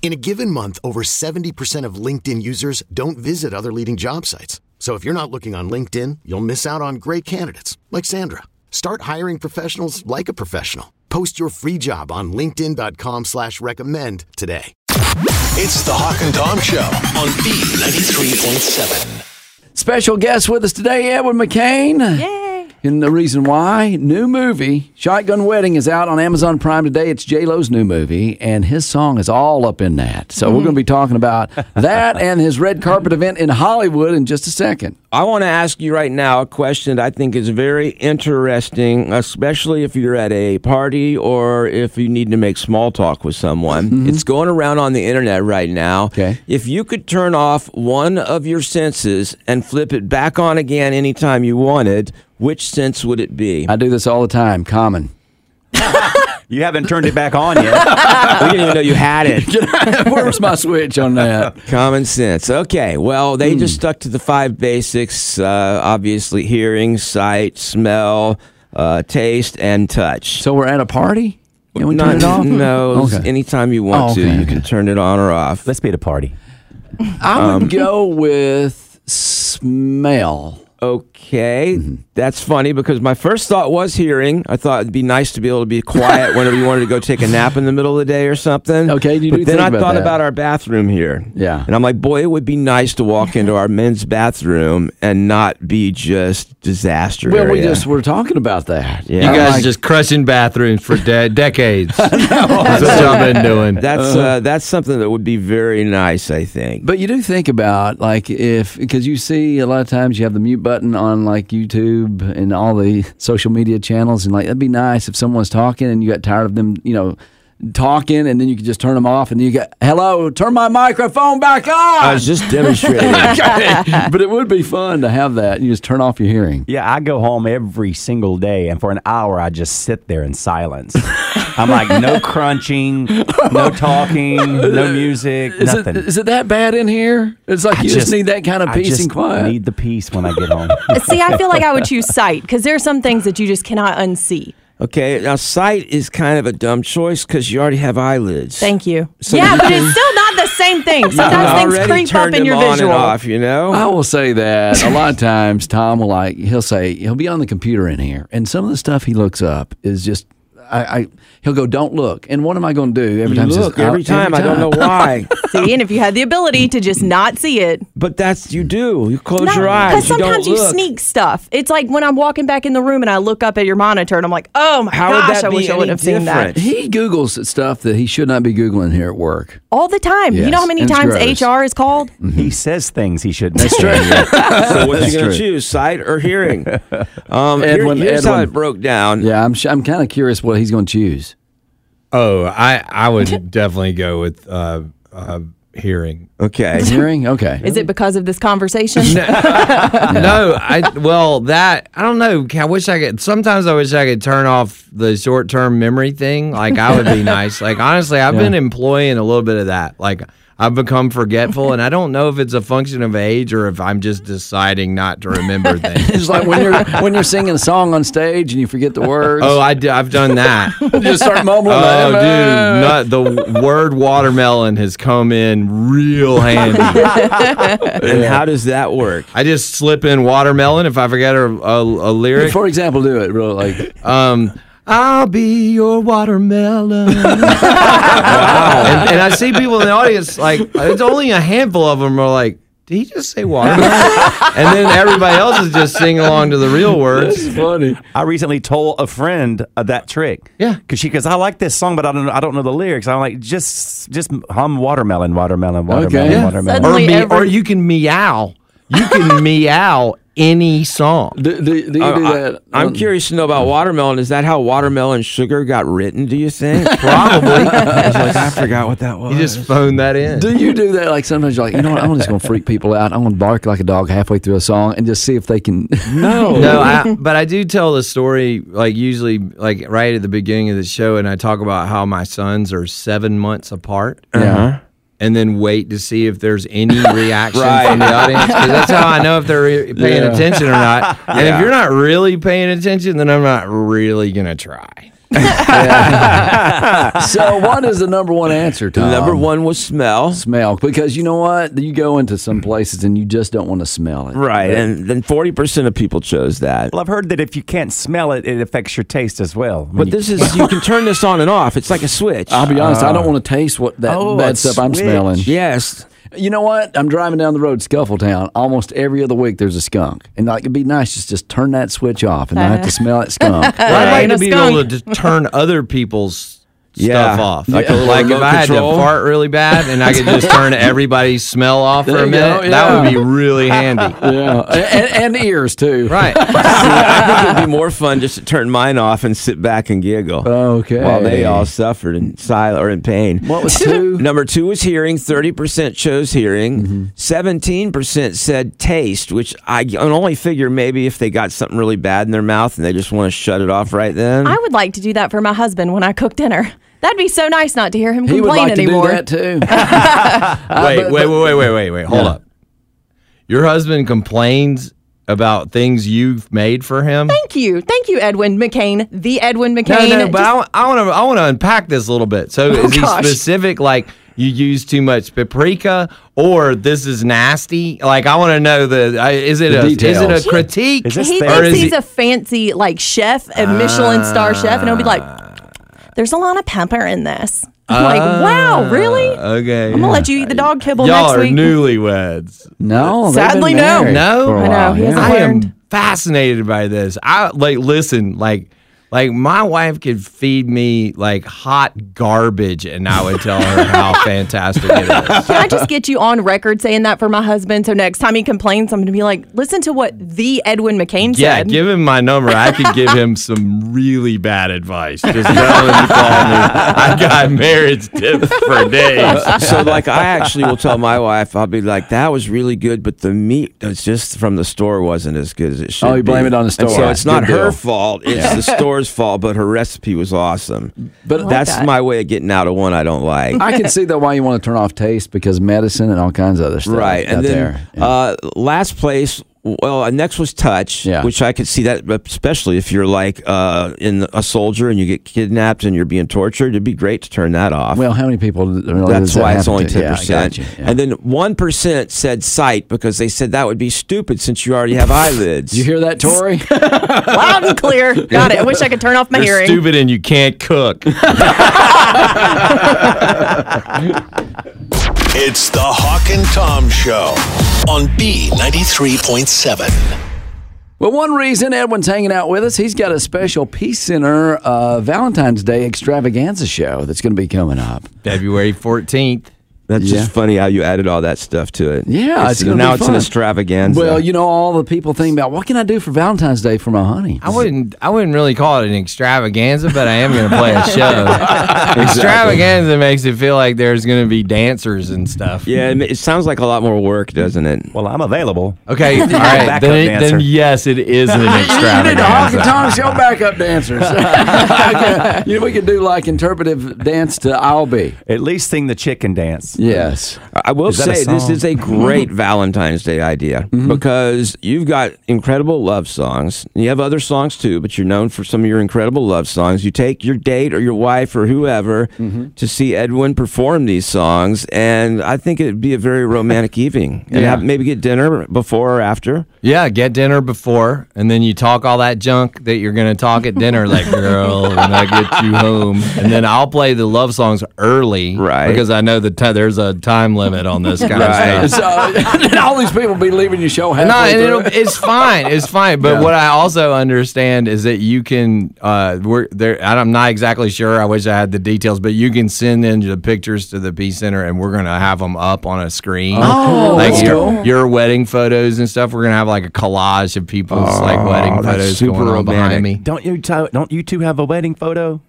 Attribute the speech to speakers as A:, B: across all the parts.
A: In a given month, over 70% of LinkedIn users don't visit other leading job sites. So if you're not looking on LinkedIn, you'll miss out on great candidates like Sandra. Start hiring professionals like a professional. Post your free job on LinkedIn.com slash recommend today.
B: It's the Hawk and Tom Show on B93.7.
C: Special guest with us today, Edward McCain. Yay! And the reason why, new movie, Shotgun Wedding, is out on Amazon Prime today. It's J Lo's new movie, and his song is all up in that. So we're going to be talking about that and his red carpet event in Hollywood in just a second.
D: I want to ask you right now a question that I think is very interesting, especially if you're at a party or if you need to make small talk with someone. It's going around on the internet right now.
C: Okay.
D: If you could turn off one of your senses and flip it back on again anytime you wanted, which sense would it be?
C: I do this all the time, common.
E: You haven't turned it back on yet.
D: we didn't even know you had it.
C: Where's my switch on that?
D: Common sense. Okay. Well, they just
C: Hmm.
D: stuck to the five basics uh, obviously, hearing, sight, smell, uh, taste, and touch.
C: So we're at a party? Can we
D: Not-
C: turn it off?
D: No,
C: Okay.
D: anytime you want
C: Oh,
D: to,
C: okay,
D: you
C: okay.
D: can turn it on or off.
E: Let's be at a party.
C: I would go with smell.
D: Okay,
C: Mm-hmm.
D: that's funny because my first thought was hearing. I thought it'd be nice to be able to be quiet whenever you wanted to go take a nap in the middle of the day or something.
C: Okay, you do
D: but then
C: think
D: I
C: about
D: thought
C: that.
D: about our bathroom here.
C: Yeah.
D: and I'm like, boy, it would be nice to walk into our men's bathroom and not be just disaster.
C: Well, we
D: area.
C: just were talking about that.
D: Yeah.
F: You
D: I'm
F: guys
D: like,
F: are just crushing bathrooms for de- decades. That's what y'all been doing.
D: that's uh, that's something that would be very nice, I think.
C: Uh-huh. But you do think about like if because you see a lot of times you have the mute button on like YouTube and all the social media channels and like that'd be nice if someone's talking and you got tired of them you know talking and then you could just turn them off and then you got hello turn my microphone back
D: I
E: Oh,
C: on
D: was just demonstrating.
C: but it would be fun to have that you just turn off your hearing
E: Yeah, I go home every single day, and for an hour, I just sit there in silence. I'm like, no crunching, no talking, no music,
C: is it,
E: nothing.
C: is it that bad in here it's like
E: I
C: you just, need that kind of
E: I
C: peace
E: just
C: and quiet Mm-hmm.
E: Need the peace when I get home.
G: See, I feel like I would choose sight because there are some things that you just cannot unsee.
D: okay, now sight is kind of a dumb choice because you already have eyelids.
G: Thank you.
D: So
G: yeah,
D: you
G: but
D: can-
G: it's still not the same thing.
D: I
G: Sometimes things
D: already
G: creep up
D: turned
G: in
D: them
G: your
D: on
G: visual.
D: And off, you know.
C: I will say that a lot of times Tom will like he'll say he'll be on the computer in here, and some of the stuff he looks up is just I, I he'll go don't look, and what am I going to do every
D: You
C: time? he says,
D: look
C: "Oh,"
D: every time. I don't know why,
G: See, and if you had the ability to just not see it,
D: but that's you do. You close your
G: because
D: eyes. You don't
G: sometimes you,
D: look.
G: sneak stuff. It's like when I'm walking back in the room and I look up at your monitor and I'm like, oh my
D: How would
G: gosh,
D: that
G: I
D: be
G: wish I
D: any
G: would have seen that
D: different?
C: He googles stuff that he should not be googling here at work.
G: all the time.
C: Yes,
G: You know how many
C: and it's
G: times
C: gross.
G: HR is called?
D: Mm-hmm.
E: he says things he shouldn't. That's true.
D: So what you going
C: true.
D: to choose, sight or hearing? Um, here-
C: Edwin,
D: here's how
C: Edwin.
D: it broke down.
C: Yeah, I'm sh- I'm kind of curious what he's going to choose.
F: Oh, I, I would definitely go with uh, uh, hearing.
D: Okay.
C: Hearing, okay.
G: Is it because of this conversation?
F: No, I well that I don't know. I wish I could. Sometimes I wish I could turn off the short term memory thing. Like I would be nice. Like honestly, I've been employing a little bit of that. Like I've become forgetful, and I don't know if it's a function of age or if I'm just deciding not to remember things.
C: It's like when you're when you're singing a song on stage and you forget the words.
F: Oh, I d- I've done that.
C: just start mumbling.
F: Oh,
C: "Amen."
F: dude, not, the word watermelon has come in real handy.
D: And how does that work?
F: I just slip in watermelon if I forget a, a, a lyric.
C: For example, do it real like
F: Um, I'll be your watermelon. And, and I see people in the audience like it's only a handful of them are like, did he just say watermelon? and then everybody else is just singing along to the real words.
C: That's funny.
E: I recently told a friend of that trick.
F: Yeah.
E: because she goes, I like this song, but I don't, I don't know the lyrics. I'm like, just, just hum watermelon, watermelon, watermelon,
C: Yeah.
F: Or,
E: watermelon.
G: Suddenly
F: me,
G: every-
F: or you can meow. You can meow any song.
C: Do, do, do you do that?
D: Oh, I, am
C: on-
D: curious to know about watermelon. Is that how watermelon sugar got written? Do you think? Probably. I was like, I forgot what that was.
F: You just phone that in.
C: Do you do that? Like sometimes you're like, you know what? I'm just gonna freak people out. I'm gonna bark like a dog halfway through a song and just see if they can.
E: No,
F: No, I, but I do tell the story like usually like right at the beginning of the show, and I talk about how my sons are seven months apart.
C: Yeah.
F: And then wait to see if there's any reaction
D: Right.
F: from the audience 'cause that's how I know if they're re- paying
C: Yeah.
F: attention or not. And if you're not really paying attention, then I'm not really gonna try.
E: Uh-huh.
C: so what is the number one answer, Tom?
D: Number one was smell.
C: smell because you know what? You go into some places and you just don't want to smell it.
D: Right, and then forty percent of people chose that.
E: well, I've heard that if you can't smell it, it affects your taste as well. I mean,
D: But
E: you-
D: this is you can turn this on and off. It's like a switch. Uh,
C: I'll be honest. I don't want to taste what that
E: Uh-huh. Oh, a
C: bad stuff I'm
E: switch.
C: smelling.
D: Yes.
C: You know what? I'm driving down the road, Scuffletown. Almost every other week, there's a skunk, and like it'd be nice just just turn that switch off and not
G: Uh-huh.
C: have to smell that skunk.
F: Well, I'd like
G: Ain't
F: to
G: Uh, a
F: be
G: skunk.
F: able to just turn other people's
D: Yeah.
F: stuff off.
D: Like
F: Like,
D: a little
F: if
D: remote
F: I
D: control.
F: had to fart really bad and I could just turn everybody's smell off for
C: There
F: a
C: you go,
F: minute, that would be
C: yeah.
F: really handy.
C: yeah, and, and ears too.
F: Right.
D: I think it'd be more fun just to turn mine off and sit back and giggle.
C: Okay.
D: While they all suffered in silence or in pain.
C: What was two?
D: Number two was hearing. Thirty percent chose hearing. 17 percent said taste, which I can only figure maybe if they got something really bad in their mouth and they just want to shut it off right then.
G: I would like to do that for my husband when I cook dinner. That'd be so nice not to hear him
C: He would
G: complain
C: like to
G: anymore.
C: do that too.
F: wait, wait, wait, wait, wait, wait, wait. Hold up. Your husband complains about things you've made for him.
G: Thank you, thank you, Edwin McCain, the Edwin
F: no,
G: McCain.
F: no, but I want, I want to, I want to unpack this a little bit. So, is he
G: Oh gosh.
F: specific? Like you use too much paprika, or this is nasty? Like I want to know the, I, is it
C: The
F: a, is
C: details.
F: it a critique?
E: Is this
G: he
E: thing-
F: or
G: thinks
F: is
G: he's
F: he-
G: a fancy like chef, a Michelin star chef, and he'll be like, "There's a lot of pepper in this." I'm like, "Wow, really?" I'm
F: okay.
G: gonna let you eat the dog kibble
F: Ah. Y'all
G: next
F: are
G: week.
F: newlyweds.
C: No, they've been
G: Sadly, no.
C: married
F: No?
C: for a
F: I know,
C: while,
G: he
C: yeah.
G: hasn't
F: I
G: learned.
F: am fascinated by this. I like listen, like like my wife could feed me like hot garbage and I would tell her how fantastic it is.
G: Can I just get you on record saying that for my husband? So next time he complains, I'm gonna be like, "Listen to what the Edwin McCain
F: Yeah,
G: said."
F: give him my number. I could give him some really bad advice. Just tell him to call me. I got marriage tips for days.
D: so like I actually will tell my wife, I'll be like, that was really good, but the meat that's just from the store wasn't as good as it should.
C: Oh, you
D: be."
C: blame it on the store.
D: And so it's not
C: Good
D: her
C: deal.
D: fault; it's the store's fault. But her recipe was awesome.
C: But- I like
D: that's
G: that.
D: my way of getting out of one I don't like.
C: I can see though why you want to turn off taste because medicine and all kinds of other stuff.
D: right,
C: out
D: and then
C: there. Yeah.
D: uh, last place. Well, uh, next was touch,
C: Yeah.
D: which I could see that, especially if you're like uh, in a soldier and you get kidnapped and you're being tortured, it'd be great to turn that off.
C: well, how many people? Really does
D: That's
C: that
D: why it's
C: happen
D: only
C: to?
D: ten
C: Yeah, I got
D: percent.
C: you, yeah.
D: And then one percent said sight because they said that would be stupid since you already have eyelids.
C: you hear that, Tori?
G: Loud and clear. Got it. I wish I could turn off my
F: You're
G: hearing.
F: stupid and you can't cook.
B: It's the Hawk and Tom Show on B93.7.
C: Well, one reason Edwin's hanging out with us, he's got a special Peace Center uh, Valentine's Day extravaganza show that's going to be coming up.
F: February 14th.
D: That's
C: Yeah.
D: just funny how you added all that stuff to it.
C: Yeah,
D: It's-
C: it's gonna
D: now
C: be
D: it's
C: fun.
D: an extravaganza.
C: Well, you know, all the people think about what can I do for Valentine's Day for my honey?
F: I wouldn't. I wouldn't really call it an extravaganza, but I am going to play a show. Extravaganza makes it feel like there's going to be dancers and stuff.
D: yeah, it ma- it sounds like a lot more work, doesn't it?
E: well, I'm available.
F: Okay. All right.
E: backup
F: Then,
E: dancer.
F: then yes, it is an
C: You need a honky
F: extravaganza.
C: tonk show backup dancers. Okay. You know, we could do like interpretive dance to I'll Be.
E: At least sing the chicken dance.
C: Yes.
D: I will
E: that a
D: say this
E: song?
D: is a great Valentine's Day idea because you've got incredible love songs. And you have other songs too, but you're known for some of your incredible love songs. You take your date or your wife or whoever to see Edwin perform these songs, and I think it'd be a very romantic evening. And
C: Yeah.
D: have, maybe get dinner before or after.
F: Yeah. Get dinner before, and then you talk all that junk that you're going to talk at dinner. Like, girl, when I get you home, and then I'll play the love songs early,
D: Right.
F: Because I know the t- there there's a time limit on this kind
D: Right.
F: of stuff.
C: So, Uh, and all these people be leaving your show halfway
F: No, and it'll,
C: through.
F: it's fine. It's fine. But what I also understand is that you can uh, work there. and I'm not exactly sure. I wish I had the details, but you can send in the pictures to the Peace Center, and we're gonna have them up on a screen.
C: Oh,
F: like
C: that's
F: your,
C: cool.
F: your wedding photos and stuff. We're gonna have like a collage of people's like wedding
D: Oh,
F: photos
D: that's super
F: going on
D: romantic.
F: behind me.
E: Don't you t- don't you two have a wedding photo?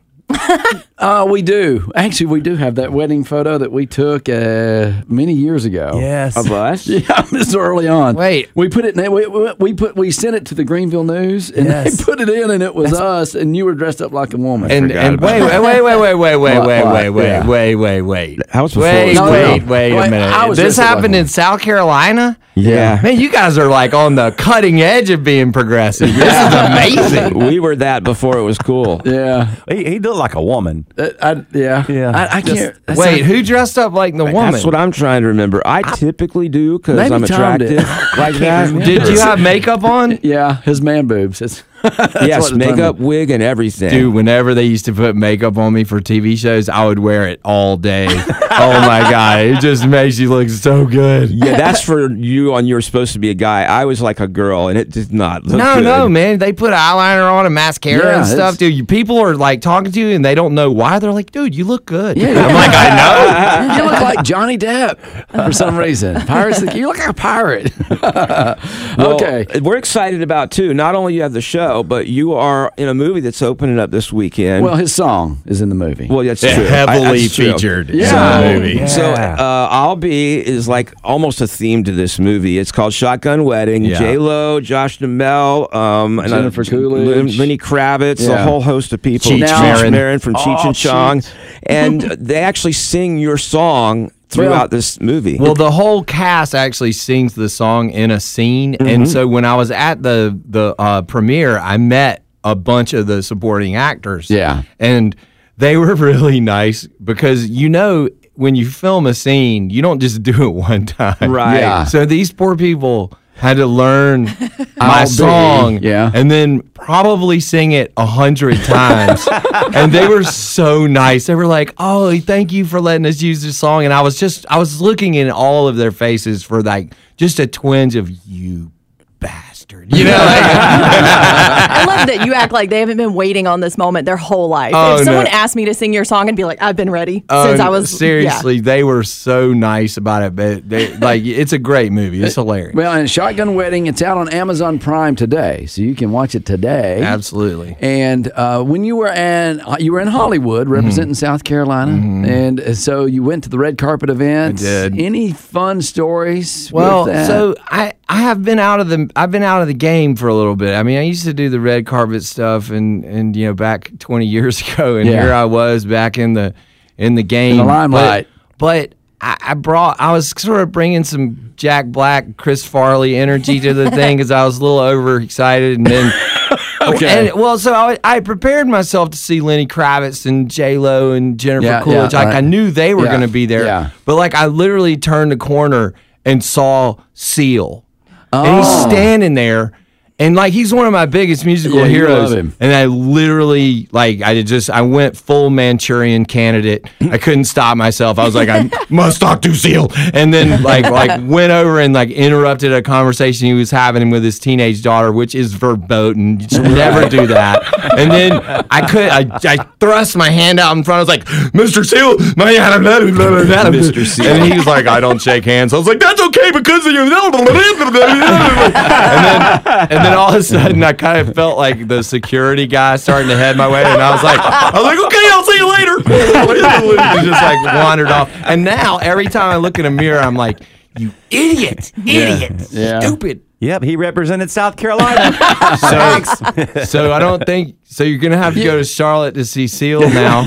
C: Uh, we do. Actually, we do have that wedding photo that we took uh, many years ago.
E: Yes.
D: Of us?
C: Yeah, this is early on.
F: Wait.
C: we put it. In, we, we we put we sent it to the Greenville News, and
E: Yes.
C: they put it in, and it was us, and you were dressed up like a woman.
F: And,
D: forgot
F: and
D: about
F: wait, wait, wait, wait, wait, wait,
C: What,
F: wait,
C: what?
F: wait, wait,
C: Yeah.
F: wait, wait, wait.
D: That was before
F: Wait,
D: it was
F: wait,
C: cool.
F: wait
C: Wait,
F: a
C: I
F: minute.
C: was
F: This
C: just about
F: happened
C: to-
F: in South Carolina.
D: Yeah.
F: Man, you guys are like on the cutting edge of being progressive. This is amazing.
D: we were that before it was cool.
C: yeah,
E: He, he looked like a woman.
C: Uh, I, yeah,
E: Yeah.
C: I, I can't that's
F: Wait,
C: not-
F: who dressed up like the woman?
D: That's what I'm trying to remember. I typically do because
C: Maybe
D: I'm
C: Tom did.
D: attractive like that.
F: Did you have makeup on?
C: yeah, his man boobs. It's,
D: yes,
C: what it's
D: makeup, wig, and everything.
F: Dude, whenever they used to put makeup on me for TV shows, I would wear it all day. oh my god, it just makes you look so good.
D: Yeah, that's for you on you're supposed to be a guy. I was like a girl and it did not look
F: No,
D: good.
F: no, man. They put eyeliner on and mascara
C: Yeah,
F: and
C: it's-
F: stuff, dude. You, people are like talking to you and they don't know why. They're like, dude, you look good.
C: Yeah.
F: I'm like, I know.
C: you look like Johnny Depp for some reason. Pirates, you look like a pirate.
D: Well,
C: okay,
D: We're excited about too. Not only you have the show, but you are in a movie that's opening up this weekend.
C: well, his song is in the movie.
D: well that's true. I- that's true.
C: Yeah.
F: in the movie.
D: So
E: Yeah.
D: uh, I'll be is like almost a theme to this movie. It's called Shotgun Wedding.
F: Yeah.
D: J Lo, Josh Duhamel, um, and, uh,
C: Jennifer
D: J-
C: Coolidge.
D: Lenny Kravitz,
C: Yeah.
D: a whole host of people.
F: Cheech
C: Now- Marin.
D: Marin from Cheech
C: Oh,
D: and Chong,
C: Cheech.
D: and they actually sing your song throughout
C: Well-
D: this movie.
F: Well, the whole cast actually sings the song in a scene,
C: Mm-hmm.
F: and so when I was at the the uh, premiere, I met a bunch of the supporting actors.
C: Yeah.
F: and they were really nice because you know when you film a scene, you don't just do it one time,
D: Right.
C: Yeah.
F: So these poor people had to learn
C: I'll
F: my
C: be-
F: song,
C: yeah.
F: and then probably sing it a hundred times. and they were so nice. They were like, "Oh, thank you for letting us use this song." And I was just, I was looking in all of their faces for like just a twinge of you bastard, you know.
G: I love that you act like they haven't been waiting on this moment their whole life.
F: Oh,
G: if someone
F: no.
G: asked me to sing your song, I'd be like, I've been ready since
F: Oh,
G: I was yeah.
F: seriously, they were so nice about it. But they, like, it's a great movie. It's hilarious.
C: Well, and Shotgun Wedding, it's out on Amazon Prime today, so you can watch it today.
F: Absolutely.
C: And uh, when you were in, uh, you were in Hollywood representing South Carolina, and uh, so you went to the red carpet event.
F: did.
C: Any fun stories?
F: Well,
C: with that?
F: so I, I have been out of the I've been out of the game for a little bit. I mean, I used to do the red carpet stuff and and you know back 20 years ago and
C: Yeah.
F: here I was back in the in the game
C: the limelight.
F: But, but I, I brought I was sort of bringing some Jack Black, Chris Farley energy to the thing cuz I was a little overexcited and then
C: Okay.
F: And, well, so I, I prepared myself to see Lenny Kravitz and J Lo and Jennifer
C: Yeah, yeah,
F: Coolidge. like I
C: right.
F: knew they were
C: Yeah,
F: going to be there.
C: yeah.
F: But like I literally turned the corner and saw Seal. And he's standing there and like he's one of my biggest musical
C: Oh. Yeah, you
F: heroes.
C: love him.
F: Mm-hmm. And I literally like I just I went full Manchurian candidate. I couldn't stop myself. I was like, I must talk to Seal. And then like like went over and like interrupted a conversation he was having with his teenage daughter, which is verboten. You should never do that. And then I could I, I thrust my hand out in front. I was like, Mr. Seal, my Mr. Seal. And he was like, I don't shake hands. I was like, that's okay because of you. And then and then all of a sudden, I kind of felt like the security guy starting to head my way, and I was like, I was like, okay, I'll see you later. and just like wandered off. And now every time I look in a mirror, I'm like, you idiot, idiot,
C: Yeah.
F: stupid.
E: Yep, he represented South Carolina.
F: So, so I don't think so. You're gonna have to go to Charlotte to see Seal now.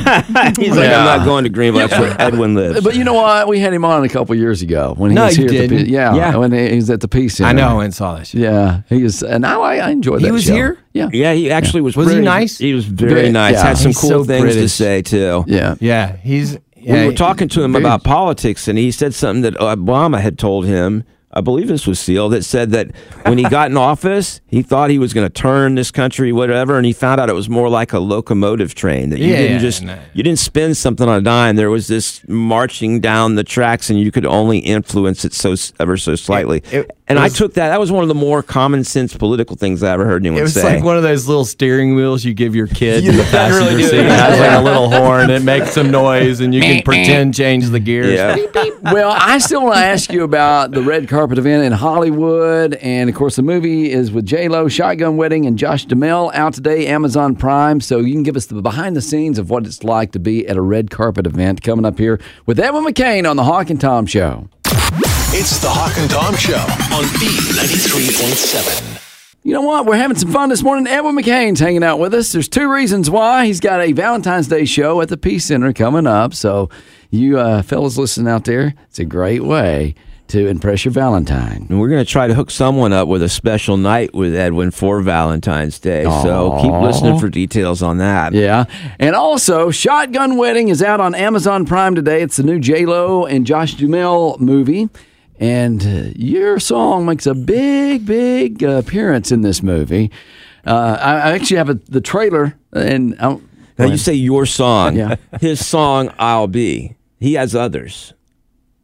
D: He's like, I'm not going to Greenville. That's where Edwin lives.
C: But you know what? We had him on a couple years ago when he
F: No,
C: was
F: you
C: here. At the,
F: didn't.
C: P- yeah,
D: Yeah.
C: when he was at the Peace Center.
F: I know, I went and saw that shit.
C: Yeah, he was, and I I enjoyed that.
F: He was
C: show.
F: here?
C: Yeah,
D: yeah, he actually was.
F: Was he
D: pretty-
F: nice?
D: He was very,
C: Very-
D: nice.
C: yeah.
D: Had some
F: He's
D: cool
F: so
D: things to
F: British.
D: say too.
C: yeah.
F: Yeah, he's.
D: we
F: yeah,
D: were talking to him
C: very-
D: about politics, and he said something that Obama had told him I believe this was Seal, that said that when he got in office, he thought he was going to turn this country, whatever, and he found out it was more like a locomotive train that you
F: Yeah,
D: didn't
F: yeah,
D: just
F: no.
D: you didn't spin something on a dime. There was this marching down the tracks, and you could only influence it so ever so slightly.
F: It- it
D: and
F: was-
D: I took that. That was one of the more common sense political things I ever heard anyone
F: It was
D: say.
F: like one of those little steering wheels you give your kid in the
D: that
F: passenger
D: really do.
F: seat. It has like a little horn. It makes some noise, and you can pretend change the gears.
D: yeah.
C: well, I still want to ask you about the red carpet event in Hollywood, and of course, the movie is with J Lo, Shotgun Wedding, and Josh Duhamel out today, Amazon Prime. So you can give us the behind the scenes of what it's like to be at a red carpet event coming up here with Evan McCain on the Hawk and Tom Show.
B: It's the Hawk and Tom Show on B93.7.
C: You know what? We're having some fun this morning. Edwin McCain's hanging out with us. There's two reasons why. He's got a Valentine's Day show at the Peace Center coming up. So, you uh, fellas listening out there, it's a great way to impress your Valentine.
D: And we're going to try to hook someone up with a special night with Edwin for Valentine's Day. So keep listening for details on that.
C: Yeah. And also, Shotgun Wedding is out on Amazon Prime today. It's the new J-Lo and Josh Duhamel movie. And uh, your song makes a big, big uh, appearance in this movie. Uh, I, I actually have a, the trailer, and uh, I don't,
D: Now you say your song,
C: Yeah.
D: his song, I'll be. He has others.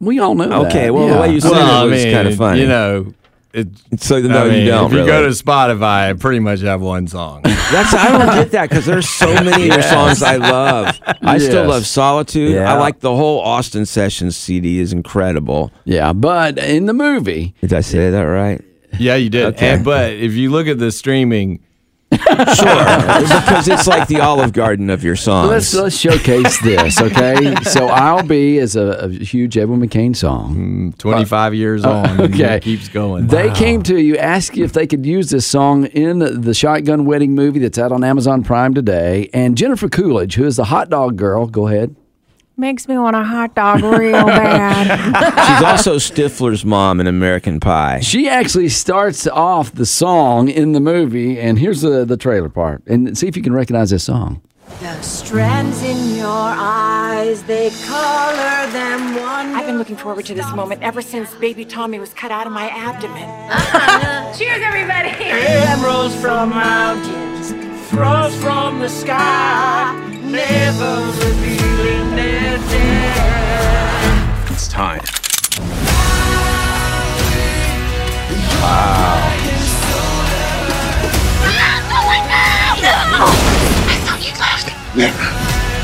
C: we all know that.
D: Okay, well, the
C: Yeah.
D: way you said
F: Well,
D: it
F: I
D: was
F: mean,
D: kind of funny.
F: you know. It,
D: so no,
F: I
D: you
F: mean,
D: don't.
F: If you
D: really.
F: go to Spotify, I pretty much have one song.
D: That's I don't get that because there's so many of your songs I love. I still
C: Yes.
D: love Solitude.
E: Yeah.
D: I like the whole Austin Sessions CD is incredible.
C: Yeah, but in the movie,
D: Did I say that right?
F: yeah, you did. And, but if you look at the streaming,
D: because it's like the Olive Garden of your songs.
C: let's let's showcase this, okay? so "I'll Be" is a, a huge Edwin McCain song.
F: 25 years
D: Oh,
F: on, okay.
C: Okay,
F: it keeps going.
C: They came to you, asked you if they could use this song in the Shotgun Wedding movie that's out on Amazon Prime today. And Jennifer Coolidge, who is the hot dog girl, go ahead.
H: Makes me want a hot dog real bad.
D: She's also Stifler's mom in American Pie.
C: She actually starts off the song in the movie, and here's the the trailer part, and see if you can recognize this song.
H: The strands in your eyes, they color them one. I've been looking forward to this moment ever since baby Tommy was cut out of my abdomen.
I: Cheers, everybody.
H: Emeralds from mountains, froze from the sky, never revealing their dead.
B: It's time.
I: I thought you left.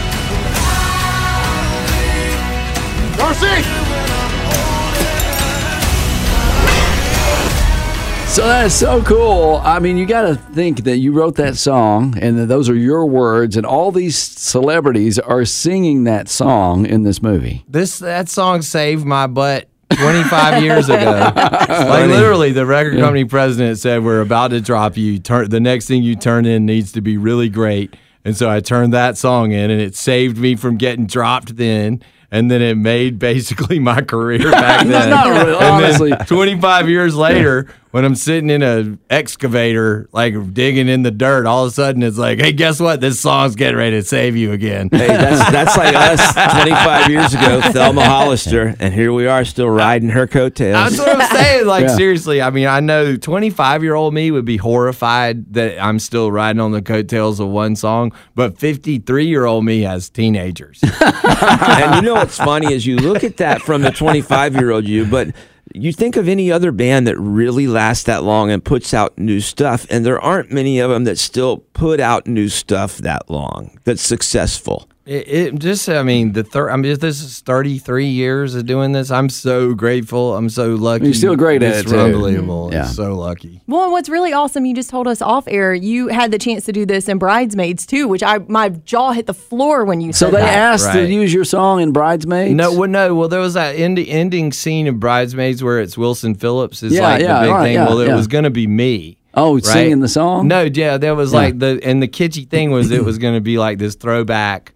C: So that is so cool. I mean, you got to think that you wrote that song and that those are your words, and all these celebrities are singing that song in this movie.
F: this that song saved my butt 25 years ago. like literally, the record company president said, "We're about to drop you. Turn the next thing you turn in needs to be really great." And so I turned that song in, and it saved me from getting dropped then. And then it made basically my career back then.
C: Not really,
F: And then
C: honestly.
F: 25 years later, when I'm sitting in a excavator, like digging in the dirt, all of a sudden it's like, hey, guess what? This song's getting ready to save you again.
D: Hey, that's that's like us 25 years ago, Thelma Hollister, and here we are still riding her
F: That's
D: coattails.
F: what I'm saying. Like
C: Yeah.
F: seriously, I mean, I know 25 year old me would be horrified that I'm still riding on the coattails of one song, but 53 year old me has teenagers.
D: and you know what's funny is you look at that from the 25 year old you, but you think of any other band that really lasts that long and puts out new stuff, and there aren't many of them that still put out new stuff that long that's successful.
F: it, it just, I mean, the third. I mean, if this is 33 years of doing this. I'm so grateful. I'm so lucky.
C: You're still great at
F: It's
C: it, too.
F: unbelievable.
C: Yeah.
F: It's so lucky.
G: Well, and what's really awesome, you just told us off air, you had the chance to do this in Bridesmaids too, which I my jaw hit the floor when you
C: So
G: said
C: they
G: that.
C: asked to
F: right.
C: use your song in Bridesmaids?
F: No, well, no. Well, there was that end, ending scene of Bridesmaids where it's Wilson Phillips is
C: Yeah,
F: like
C: yeah,
F: the big
C: right,
F: thing.
C: yeah,
F: well, it
C: yeah.
F: was going to be me.
C: Oh, singing the song?
F: No, yeah, there was
C: Yeah.
F: like the and the kitschy thing was it was going to be like this throwback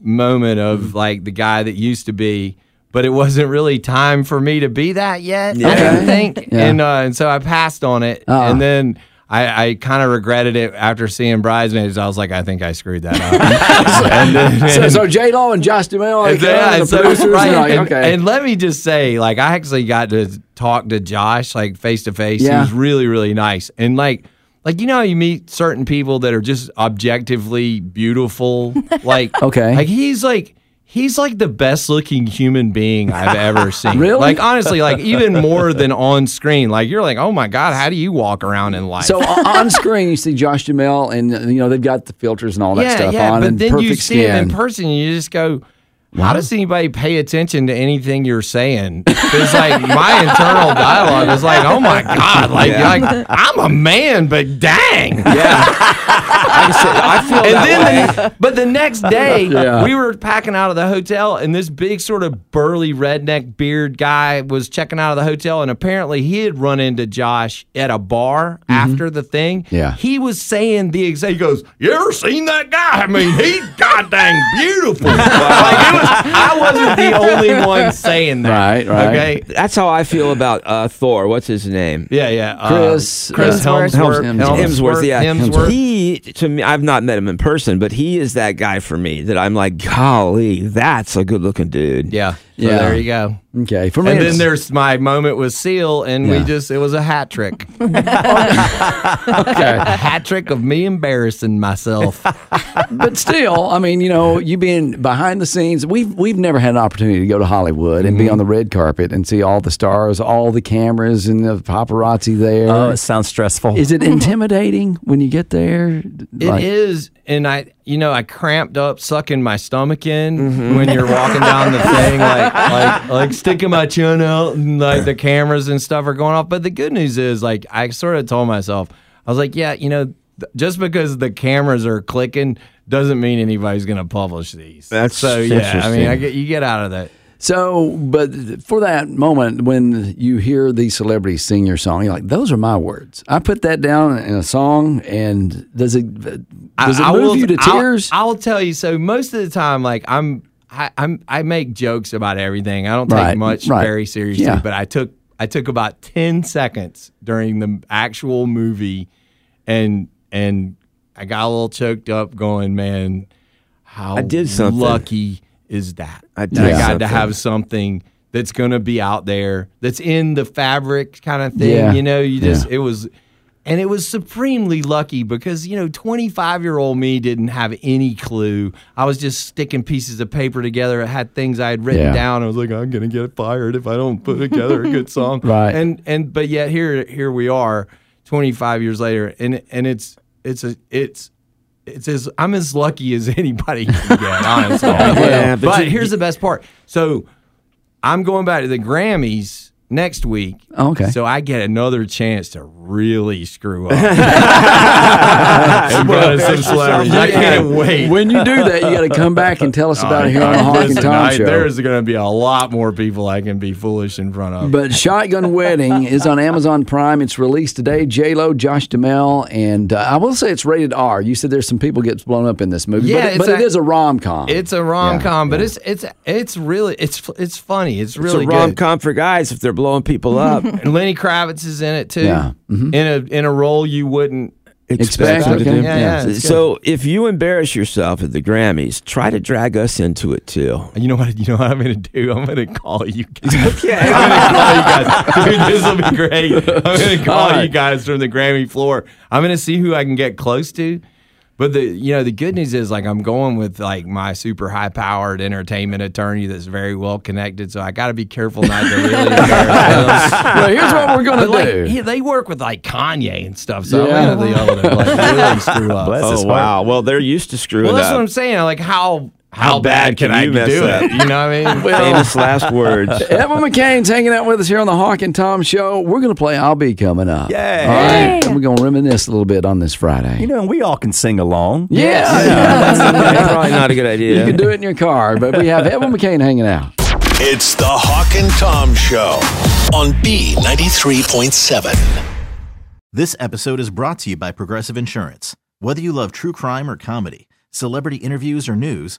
F: moment of like the guy that used to be, but it wasn't really time for me to be that yet. I
D: Yeah.
F: didn't think,
C: Yeah.
F: and uh, and so I passed on it,
C: Uh-uh.
F: and then. I, I kind of regretted it after seeing Bridesmaids. I was like, I think I screwed that up. And then-
C: so, so J Lo and Josh Duhamel, like,
F: and then-
C: uh, the
F: so-
C: producers,
F: right,
C: and like,
F: and-
C: okay.
F: and let me just say, like, I actually got to talk to Josh, like, face to face. He
C: Yeah.
F: was really, really nice. And, like, like you know, how you meet certain people that are just objectively beautiful. Like, okay, like he's like he's like the best looking human being I've ever seen.
C: Really?
F: Like, honestly, like even more than on screen. Like, you're like, oh my god, how do you walk around in life?
C: so on on screen, you see Josh Duhamel, and uh, you know they've got the filters and all that stuff on,
F: But
C: and
F: then
C: perfect
F: you see
C: skin.
F: him in person, you just go, how does anybody pay attention to anything you're saying? It's like my internal dialogue is like, oh my god, like,
D: Yeah.
F: like I'm a man, but dang,
D: I feel
F: and
D: that
F: then the- but the next day,
D: Yeah.
F: we were packing out of the hotel, and this big sort of burly redneck beard guy was checking out of the hotel, and apparently he had run into Josh at a bar after the thing.
C: Yeah.
F: he was saying the exact. He goes, "You ever seen that guy? I mean, he's goddamn beautiful." like, it was, I wasn't the only one saying that. Okay.
D: That's how I feel about uh, Thor. What's his name?
F: Yeah, yeah. uh, Chris- Chris Hemsworth. Hemsworth.
D: Hemsworth.
F: Hemsworth,
D: yeah.
F: Hemsworth.
D: He, to me, I've not met him in person, but he is that guy for me that I'm like, golly, that's a good looking dude.
F: Yeah. So there you go.
C: Okay. For me,
F: And then
C: it's-
F: there's my moment with Seal, and we just, it was a hat trick. okay. A hat trick of me embarrassing myself.
C: but still, I mean, you know, you being behind the scenes, we've we've never had an opportunity to go to Hollywood and be on the red carpet and see all the stars, all the cameras, and the paparazzi there.
E: Oh, it sounds stressful.
C: Uh, Is it intimidating when you get there?
F: It is, and I, you know, I cramped up, sucking my stomach in
D: Mm-hmm.
F: when you're walking down the thing, like, like, like sticking my chin out, and like the cameras and stuff are going off. But the good news is, like, I sort of told myself, I was like, yeah, you know, th- just because the cameras are clicking doesn't mean anybody's going to publish these.
D: That's
F: so, yeah. I mean, I
D: interesting.
F: get you get out of that.
C: So, but for that moment when you hear these celebrities sing your song, you're like, "Those are my words. I put that down in a song." And does it does it move you to
F: I'll-
C: tears?
F: I'll, tell you. So most of the time, like I'm, I, I'm, I make jokes about everything. I don't take
C: Right,
F: much
C: right.
F: very seriously.
C: Yeah.
F: But I took, I took about ten seconds during the actual movie, and and I got a little choked up, going, man, how
D: I did something.
F: lucky is that?
D: I did
F: that got to
D: something.
F: have something. That's gonna be out there. That's in the fabric, kind of thing.
C: Yeah.
F: You know, you
C: Yeah.
F: just it was and it was supremely lucky because, you know, 25 year old me didn't have any clue. I was just sticking pieces of paper together. I had things I had written
C: Yeah.
F: down. I was like, I'm going to get fired if I don't put together a good song.
C: Right.
F: And, and, but yet here, here we are 25 years later. And, and it's, it's a, it's, it's as I'm as lucky as anybody can get, honestly.
D: Yeah,
F: but
D: but you-
F: here's the best part. So I'm going back to the Grammys next week.
C: Oh, okay.
F: So I get another chance to really screw up. in front of some celebrities. I can't wait.
C: When you do that, you got to come back and tell us
F: Oh,
C: about it here on the
F: I'm
C: Hawk and
F: listening.
C: Tom
F: I-
C: Show.
F: There's going to be a lot more people I can be foolish in front of.
C: But Shotgun Wedding is on Amazon Prime. It's released today. J Lo, Josh Duhamel, and uh, I will say it's rated R. You said there's some people get blown up in this movie,
F: Yeah,
C: but, it-
F: it's
C: but it
F: a-
C: is a rom com.
F: it's a rom com, but it's it's it's really it's it's funny. It's
D: It's
F: really
D: a
F: good.
D: rom com for guys if they're blowing people up.
F: And Lenny Kravitz is in it too.
C: Yeah. Mm-hmm.
F: In a in a role you wouldn't.
C: Expect
D: them
C: okay.
D: to do.
C: Yeah,
F: yeah, it's good.
D: so if you embarrass yourself at the Grammys, try to drag us into it too.
F: You know what? You know what I'm going to do. I'm going to call you guys.
D: Okay.
F: I'm gonna call you guys. Dude, this will be great. I'm going to call
C: All right.
F: you guys from the Grammy floor. I'm going to see who I can get close to. But the you know the good news is like I'm going with like my super high powered entertainment attorney that's very well connected, so I got to be careful not to really. embarrass them.
C: Well, here's what we're gonna
F: But like
C: do.
F: he- they work with like Kanye and stuff, so
C: Yeah.
F: I'm gonna be able to like really screw up.
E: Bless his
D: oh
E: heart.
D: wow. Well, they're used to screwing
F: well, that's what I'm
D: up.
F: saying. Like how
D: How bad can you mess
F: do
D: up?
F: it? You know what I mean?
D: Famous last words.
C: Evan McCain's hanging out with us here on the Hawk and Tom Show. We're going to play I'll Be Coming Up.
D: Yay.
C: All right. We're going to reminisce a little bit on this Friday.
E: You know, we all can sing along.
C: yeah.
D: That's probably not a good idea.
C: You can do it in your car, but we have Evan McCain hanging out.
B: It's the Hawk and Tom Show on B93.7.
J: This episode is brought to you by Progressive Insurance. Whether you love true crime or comedy, celebrity interviews or news,